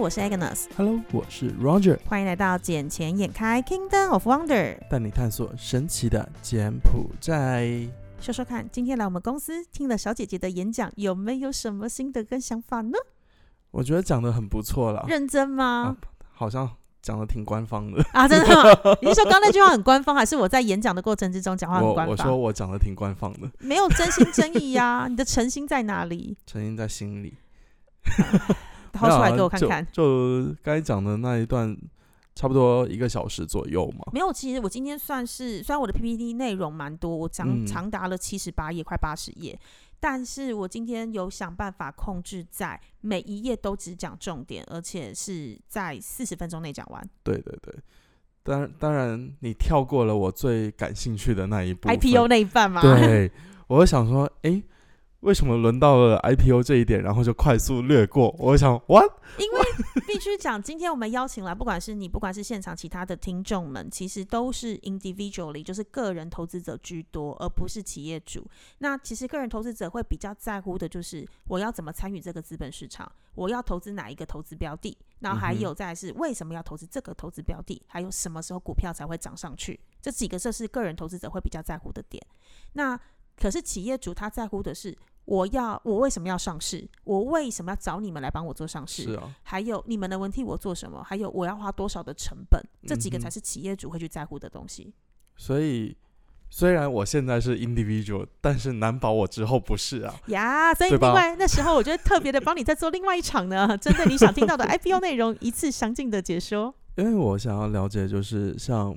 我是 Agnes， Hello，我是 Roger，欢迎来到《捡钱眼开 Kingdom of Wonder》。带你探索神奇的柬埔寨。说说看，今天来我们公司听了小姐姐的演讲，有没有什么心得跟想法呢？我觉得讲的很不错啦，认真吗？好像讲的挺官方的。啊，真的吗？你是说刚刚那句话很官方，还是我在演讲的过程之中讲话啊很我官我说方？我讲的挺官方的，没有真心真意呀、你的诚心在哪 里？沉浸在心里。掏出来那给我看看。啊就就该讲的那一段，差不多一个小时左右嘛。没有，其实我今天算是，虽然我的 PPT 内容蛮多，我长嗯长达了七十八页，快八十页，但是我今天有想办法控制在每一页都只讲重点，而且是在四十分钟内讲完。对对对，当然当然，你跳过了我最感兴趣的那一部分 IPO 那一半嘛，对，我就想说，诶，为什么轮到了 IPO 这一点，然后就快速略过？我想，what？因为必须讲，今天我们邀请来，不管是你，不管是现场其他的听众们，其实都是 individually，就是个人投资者居多，而不是企业主。那其实个人投资者会比较在乎的就是我要怎么参与这个资本市场，我要投资哪一个投资标的，然后还嗯哼有再来是为什么要投资这个投资标的，还有什么时候股票才会涨上去，这几个这是个人投资者会比较在乎的点。那可是企业主他在乎的是。我要，我为什么要上市？我为什么要找你们来帮我做上市？是啊，还有你们能问替我做什么，还有我要花多少的成本，这几个嗯哼才是企业主会去在乎的东西。所以虽然我现在是 individual，但是难保我之后不是啊。呀、所以对吧另外那时候我觉得特别的帮你再做另外一场呢，针对你想听到的 IPO 内容一次详尽的解说。 因为我想要了解，就是像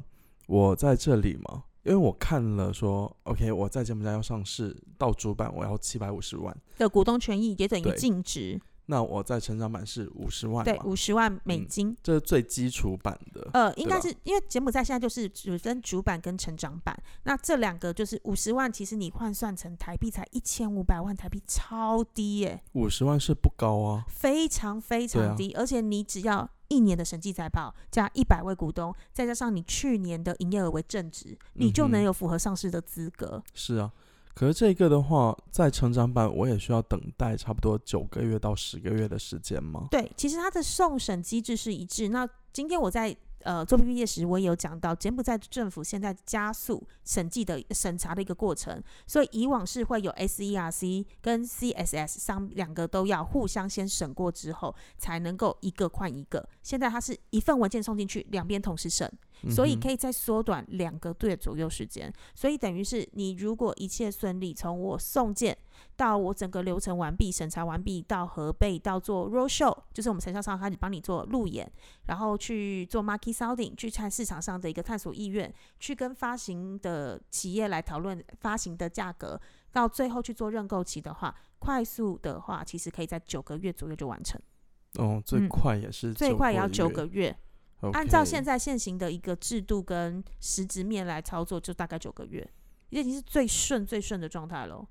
我在这里嘛，因为我看了说，OK，我在柬埔寨要上市，到主板我要七百五十万，的股东权益也等于对净值，那我在成长板是五十万对，嗯嘛，五十万美金。这是最基础版的。呃，应该对是因为柬埔寨现在就是只分主板跟成长板，那这两个就是五十万，其实你换算成台币才一千五百万台币，超低耶、五十万是不高啊，非常非对常啊低，而且你只要一年的审计财报加一百位股东，再加上你去年的营业额为正值，你就嗯能哼有符合上市的资格。是啊。可是这个的话，在成长版我也需要等待差不多九个月到十个月的时间吗？对，其实它的送审机制是一致。那今天我在呃做 PPT 时，我也有讲到，柬埔寨政府现在加速审计的审查的一个过程，所以以往是会有 SERC 跟 CSS 上两个都要互相先审过之后，才能够一个换一个。现在它是一份文件送进去，两边同时审。所以可以，以再缩短两个月左右时间。所以等于是你如果一切顺利，从我送件到我整个流程完毕、审查完毕，到核备，到做 road show，就是我们承销商开始帮你做路演，然后去做 market sounding，去看市场上的一个探索意愿，去跟发行的企业来讨论发行的价格，到最后去做认购期的话，快速的话其实可以在九个月左右就完成，哦，最嗯快也是最快也要九九个月。 o 按照现在在现行的一个制度跟实质面来操作，就大概九个月，这已经是最顺最顺的状态喽。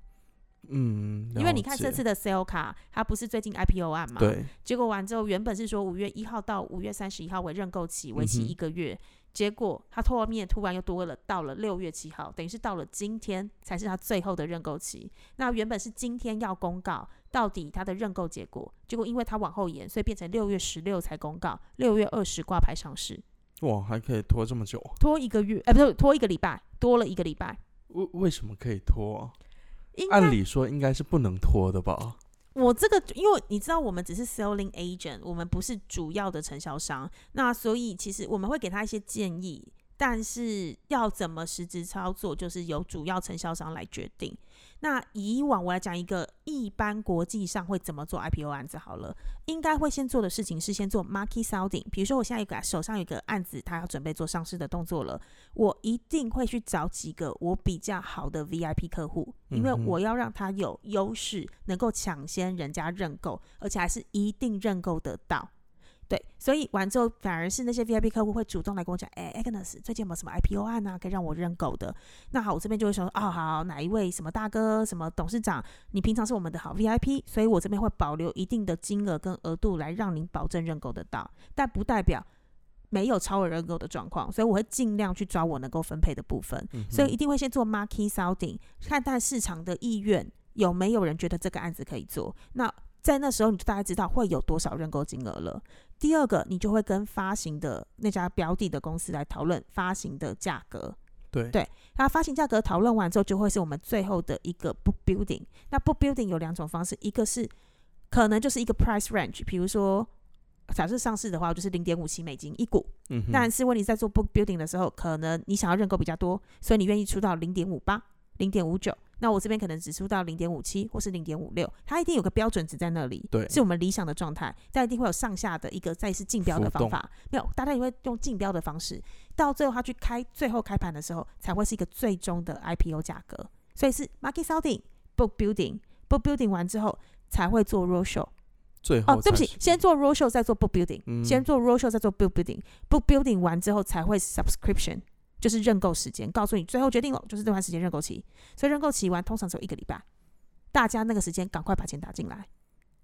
嗯，因为了你看这解次的 sale 卡，它不是最近 IPO 案嘛？。对，结果完之后，原本是说五月一号到五月三十一号为认购期，为期嗯哼一个月。结果它后面突然又多了，到了六月七号，等于是到了今天才是它最后的认购期。那原本是今天要公告到底它的认购结果，结果因为它往后延，所以变成六月十六才公告，六月二十挂牌上市。哇，还可以拖这么久啊，拖一个月，哎、不是拖一个礼拜，多了一个礼拜。为为什么可以拖啊、应按该理说应该是不能拖的吧？我这个，因为你知道，我们只是 selling agent，我们不是主要的承销商，那所以其实我们会给他一些建议，但是要怎么实质操作，就是由主要承销商来决定。那以往我来讲一个一般国际上会怎么做 IPO 案子好了，应该会先做的事情是先做 market sounding。比如说我现在有个手上有个案子，它要准备做上市的动作了，我一定会去找几个我比较好的 VIP 客户，因为嗯哼我要让他有优势，能够抢先人家认购，而且还是一定认购得到。对，所以完之后反而是那些 VIP 客户会主动来跟我讲，哎、a g n e s 最近有没有什么 IPO 案啊，可以让我认购的？那好，我这边就会说，哦，好，哪一位什么大哥、什么董事长，你平常是我们的好 VIP，所以我这边会保留一定的金额跟额度来让您保证认购得到，但不代表没有超额认购的状况，所以我会尽量去抓我能够分配的部分。嗯所以哼一定会先做 market sounding，看看市场的意愿有没有人觉得这个案子可以做。那在那时候，你就大概知道会有多少认购金额了。第二个，你就会跟发行的那家标的的公司来讨论发行的价格。对对那发行价格讨论完之后，就会是我们最后的一个 book building。那 book building 有两种方式，一个是可能就是一个 price range，比如说假设上市的话，就是零点五七美金一股。嗯哼，但是问题在做 book building 的时候，可能你想要认购比较多，所以你愿意出到零点五八、零点五九。那我这边可能只出到零点五七或是零点五六，它一定有个标准值在那里，对是我们理想的状态，但一定会有上下的一个再是竞标的浮方动法，没有，大家也会用竞标的方式，到最后它去开最后开盘的时候，才会是一个最终的 IPO 价格，所以是 market sounding、book building、book building 完之后才会做 roadshow，最后哦，对不才起是，先做 roadshow，再做 book building，、嗯先做 roadshow，再做 book building，book building 完之后才会 subscription，就是认购时间，告诉你最后决定了，就是这段时间认购期。所以认购期完通常只有一个礼拜，大家那个时间赶快把钱打进来，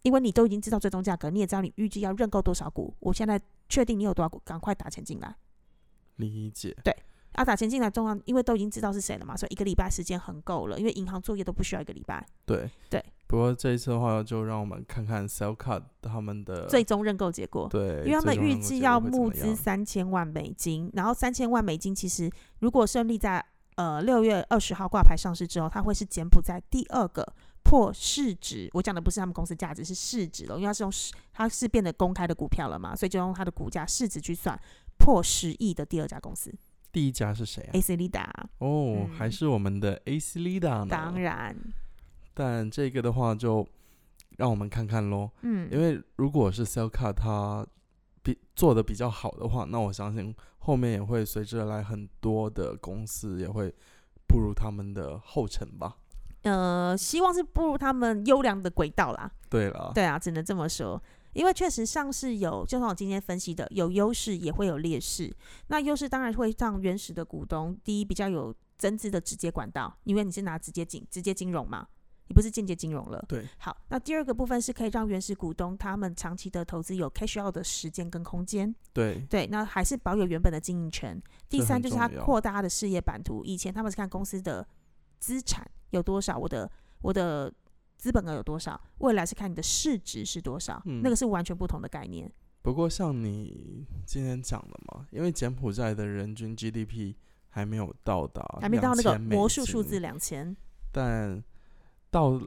因为你都已经知道最终价格，你也知道你预计要认购多少股，我现在确定你有多少股，赶快打钱进来。理解，啊，打钱进来重要，因为都已经知道是谁了嘛，所以一个礼拜时间很够了，因为银行作业都不需要一个礼拜，对对。不过这一次的话，就让我们看看 Cell Card 他们的最终认购结果。对，因为他们最终预让我计觉得要会怎募么资样三千万美金，然后三千万美金其实如果顺利在呃六月二十号挂牌上市之后，它会是柬埔寨第二个破市值。我讲的不是他们公司价值，是市值了，因为它是用市，它是变得公开的股票了嘛，所以就用它的股价市值去算破十亿的第二家公司第一家是谁啊 A？C Lida。哦，还嗯是我们的 AC Lida 呢？当，然，但这个的话就让我们看看喽。嗯，因为如果是 Cell Card 它比做的比较好的话，那我相信后面也会随之而来很多的公司也会步入他们的后尘吧。呃，希望是步入他们优良的轨道啦。对了，对啊，只能这么说。因为确实上市有，就像我今天分析的，有优势也会有劣势。那优势当然会让原始的股东，第一比较有增资的直接管道，因为你是拿直接金直接金融嘛，你不是间接金融了。对好，那第二个部分是可以让原始股东他们长期的投资有 cash out 的时间跟空间。对对，那还是保有原本的经营权。第这三很就是他重要扩大他的事业版图。以前他们是看公司的资产有多少，我的我的资本额有多少，未来是看你的市值是多少，那嗯个是完全不同的概念。不过像你今天讲的嘛，因为柬埔寨的人均 GDP 还没有到达，还没到那个魔术数字，两千，但到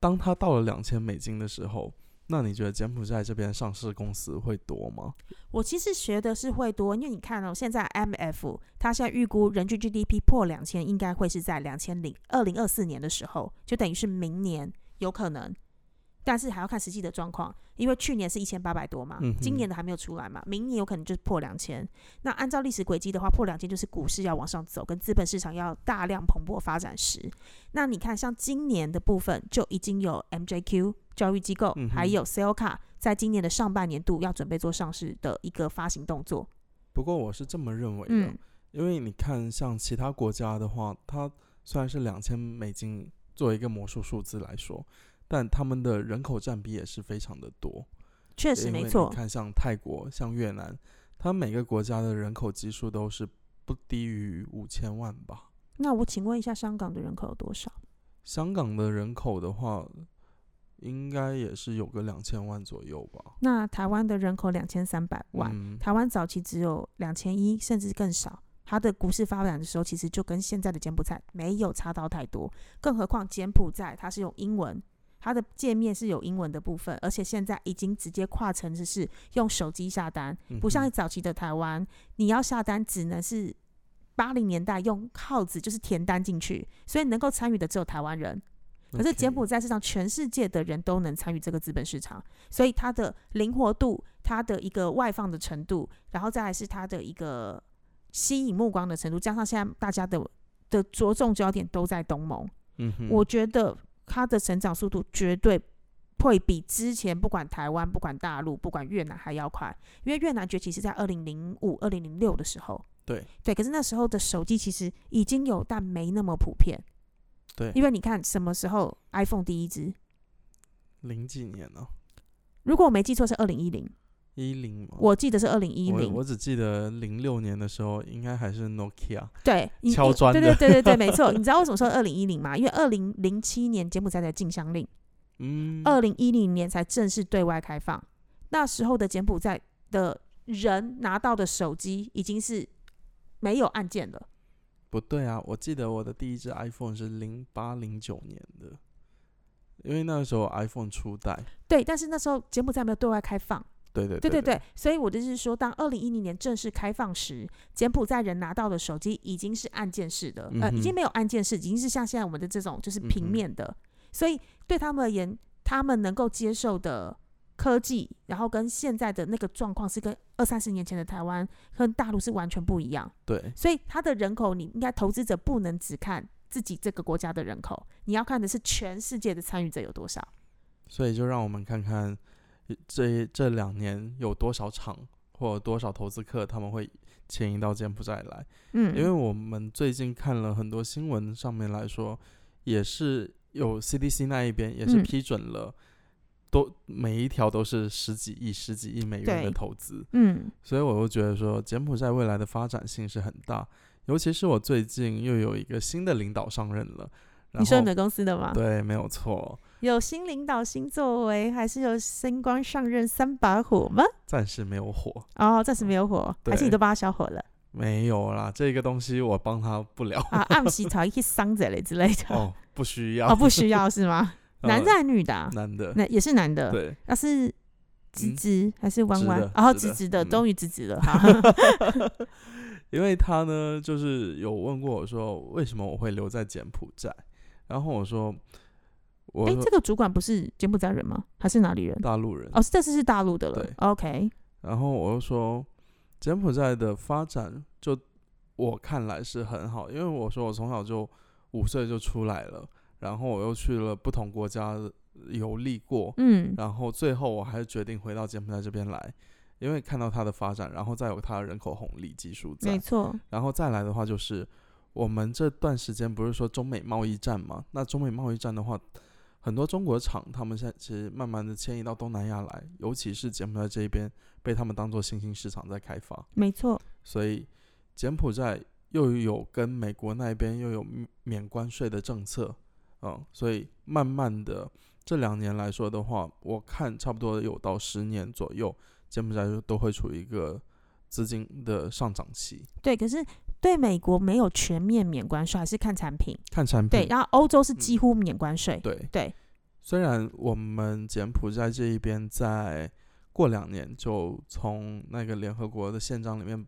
当它到了两千美金的时候，那你觉得柬埔寨这边上市公司会多吗？我其实学的是会多，因为你看哦，现在 MF 它现在预估人均 GDP 破两千，应该会是在两千零二零二四年的时候，就等于是明年有可能，但是还要看实际的状况，因为去年是一千八百多嘛，嗯哼今年的还没有出来嘛，明年有可能就是破两千。那按照历史轨迹的话，破两千就是股市要往上走，跟资本市场要大量蓬勃发展时。那你看，像今年的部分就已经有 MJQ 教育机构，嗯哼还有 c e l c a 在今年的上半年度要准备做上市的一个发行动作。不过我是这么认为的，嗯，因为你看，像其他国家的话，它虽然是两千美金作为一个魔术数字来说，但他们的人口占比也是非常的多。确确实没错你。看，像泰国、像越南，它每个国家的人口基数都是不低于五千万吧。那我请问一下，香港的人口有多少？香港的人口的话，应该也是有个两千万左右吧。那台湾的人口两千三百万，嗯，台湾早期只有两千一，甚至更少。它的股市发展的时候，其实就跟现在的柬埔寨没有差到太多。更何况柬埔寨它是用英文，它的界面是有英文的部分，而且现在已经直接跨城市是用手机下单，不像嗯早期的台湾，你要下单只能是八零年代用号子就是填单进去，所以能够参与的只有台湾人。哼可是 OK 柬埔寨市场，全世界的人都能参与这个资本市场，所以它的灵活度、它的一个外放的程度，然后再来是它的一个吸引目光的程度，加上现在大家的的着重焦点都在东盟，嗯哼我觉得它的成长速度绝对会比之前不管台湾、不管大陆、不管越南还要快，因为越南崛起是在二零零五、二零零六的时候，对对，可是那时候的手机其实已经有，但没那么普遍。对因为你看什么时候 iPhone 第一支，零几年呢、如果我没记错是二零一零，一零嘛。我记得是二零一哦我零我，只记得零六年的时候，应该还是 Nokia。对，你敲你砖对的对对对对，没 错。你知道为什么说二零一零吗？因为二零零七年柬埔寨的禁香令，嗯，二零一零年才正式对外开放。那时候的柬埔寨的人拿到的手机已经是没有按键了。不对啊，我记得我的第一只 iPhone 是零八零九年的，因为那个时候 iPhone 初代。对，但是那时候柬埔寨没有对外开放。对对对对对对，所以我的意思是说，当二零一零年正式开放时，柬埔寨人拿到的手机已经是按键式的，呃，嗯已哼经没有按键式，已经是像现在我们的这种就是平嗯哼面的，所以对他们而言，他们能够接受的科技，然后跟现在的那个状况是跟二三十年前的台湾跟大陆是完全不一样，对所以它的人口，你应该投资者不能只看。自己这个国家的人口，你要看的是全世界的参与者有多少。所以就让我们看看呃这这两年有多少场或者多少投资客他们会迁移到柬埔寨来，嗯，因为我们最近看了很多新闻，上面来说也是有 CDC 那一边也是嗯批准了。都每一条都是十几亿、十几亿美元对的投资，嗯所以我又觉得说，柬埔寨未来的发展性是很大，尤其是我最近又有一个新的领导上任了。然你说后你们公司的吗？对，没有错，有新领导、新作为，还是有星光上任三把火吗？暂时没有火，哦，暂时没有火，还是你嗯对都帮他消火 了没有啦，这个东西我帮他 不了。啊？暗喜讨一桑子嘞之类的，哦，不需 要。哦，不需要是吗？呃男的还是女的啊？男的，那也是男的，对，那是直嗯直还是弯弯直的？然后直直的直的，嗯终于直直了， 哈因为他呢，就是有问过我说，为什么我会留在柬埔寨？然后我说，我哎，说这个主管不是柬埔寨人吗？还是哪里人？大陆人。哦，这次是大陆的了对。 OK，然后我又说，柬埔寨的发展就我看来是很好，因为我说我从小就五岁就出来了，然后我又去了不同国家游历过，嗯，然后最后我还是决定回到柬埔寨这边来，因为看到它的发展，然后再有它的人口红利基数没在，错，然后再来的话就是我们这段时间不是说中美贸易战嘛？那中美贸易战的话，很多中国厂他们现在其实慢慢的迁移到东南亚来，尤其是柬埔寨这一边被他们当做新兴市场在开发，没错，所以柬埔寨又有跟美国那边又有免免关税的政策，嗯，所以慢慢的这两年来说的话，我看差不多有到十年左右，柬埔寨就都会处于一个资金的上涨期，对。可是对美国没有全面免关税，还是看产品。看产对，品。然后欧洲是几乎免关税。嗯对对，虽然我们柬埔寨这一边在过两年就从那个联合国的宪章里面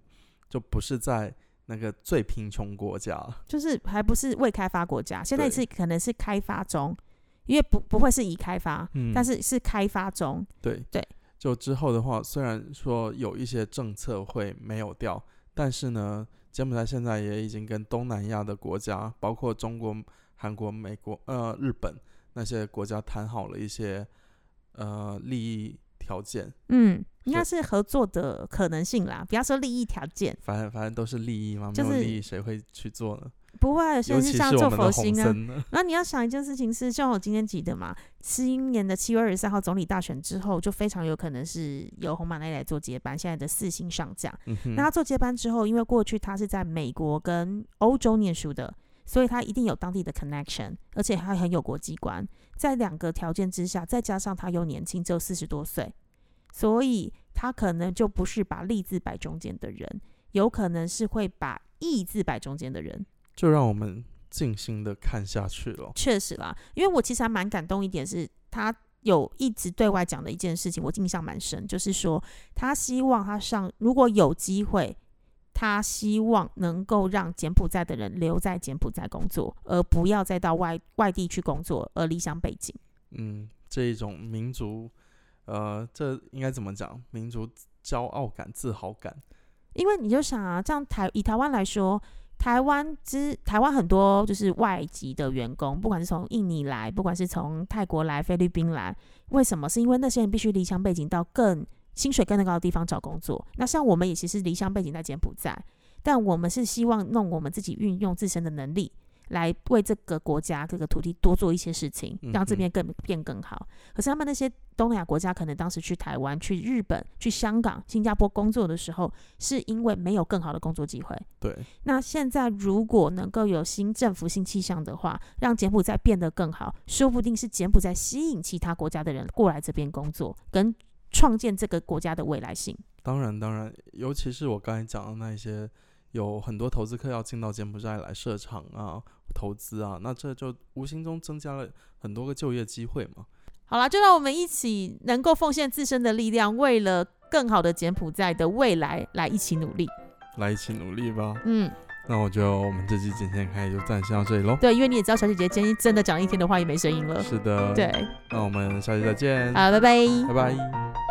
就不是在那个最贫穷国家了，就是还不是未开发国家，现在对是可能是开发中，因为不不会是已开发，嗯但是是开发中。对对，就之后的话，虽然说有一些政策会没有掉，但是呢，柬埔寨现在也已经跟东南亚的国家，包括中国、韩国、美国、呃日本那些国家谈好了一些呃利益条件，嗯，应该是是合作的可能性啦，不要说利益条件，反正反正都是利益嘛，就没有是利益谁会去做呢？不会，啊尤甚其至是像我做们的佛红心啊。参呢，那你要想一件事情是，像我今天提的嘛，今年的七月二十三号总理大选之后，就非常有可能是由红马内来做接班，现在的四星上将。嗯哼那他做接班之后，因为过去他是在美国跟欧洲念书的，所以他一定有当地的 connection，而且他很有国际观。在两个条件之下，再加上他又年轻，只有四十多岁，所以他可能就不是把利字摆中间的人，有可能是会把义字摆中间的人。就让我们静心的看下去了。确实啦，因为我其实还蛮感动一点是，他有一直对外讲的一件事情，我印象蛮深，就是说他希望他上如果有机会，他希望能够让柬埔寨的人留在柬埔寨工作，而不要再到外外地去工作，而离乡背井。嗯，这一种民族，呃，这应该怎么讲？民族骄傲感、自豪感，因为你就想啊，这样台以台湾来说，台湾之台湾很多就是外籍的员工，不管是从印尼来，不管是从泰国来、菲律宾来，为什么？是因为那些人必须离乡背景到更薪水更高的地方找工作。那像我们也其实离乡背景在柬埔寨，但我们是希望弄我们自己运用自身的能力。来为这个国家、这个土地多做一些事情，让这嗯哼边更变更好。可是他们那些东南亚国家，可能当时去台湾、去日本、去香港、新加坡工作的时候，是因为没有更好的工作机会。对，那现在如果能够有新政府新气象的话，让柬埔寨变得更好，说不定是柬埔寨吸引其他国家的人过来这边工作，跟创建这个国家的未来性。当然，当然，尤其是我刚才讲的那一些，有很多投资客要进到柬埔寨来设厂啊、投资啊，那这就无形中增加了很多个就业机会嘛。好了，就让我们一起能够奉献自身的力量，为了更好的柬埔寨的未来来一起努力。来一起努力吧。嗯，那我觉得我们这期剪线开就暂时到这里喽。对，因为你也知道，小姐姐今天真的讲了一天的话也没声音了。是的，对，，那我们下期再见，嗯好，拜拜。拜拜。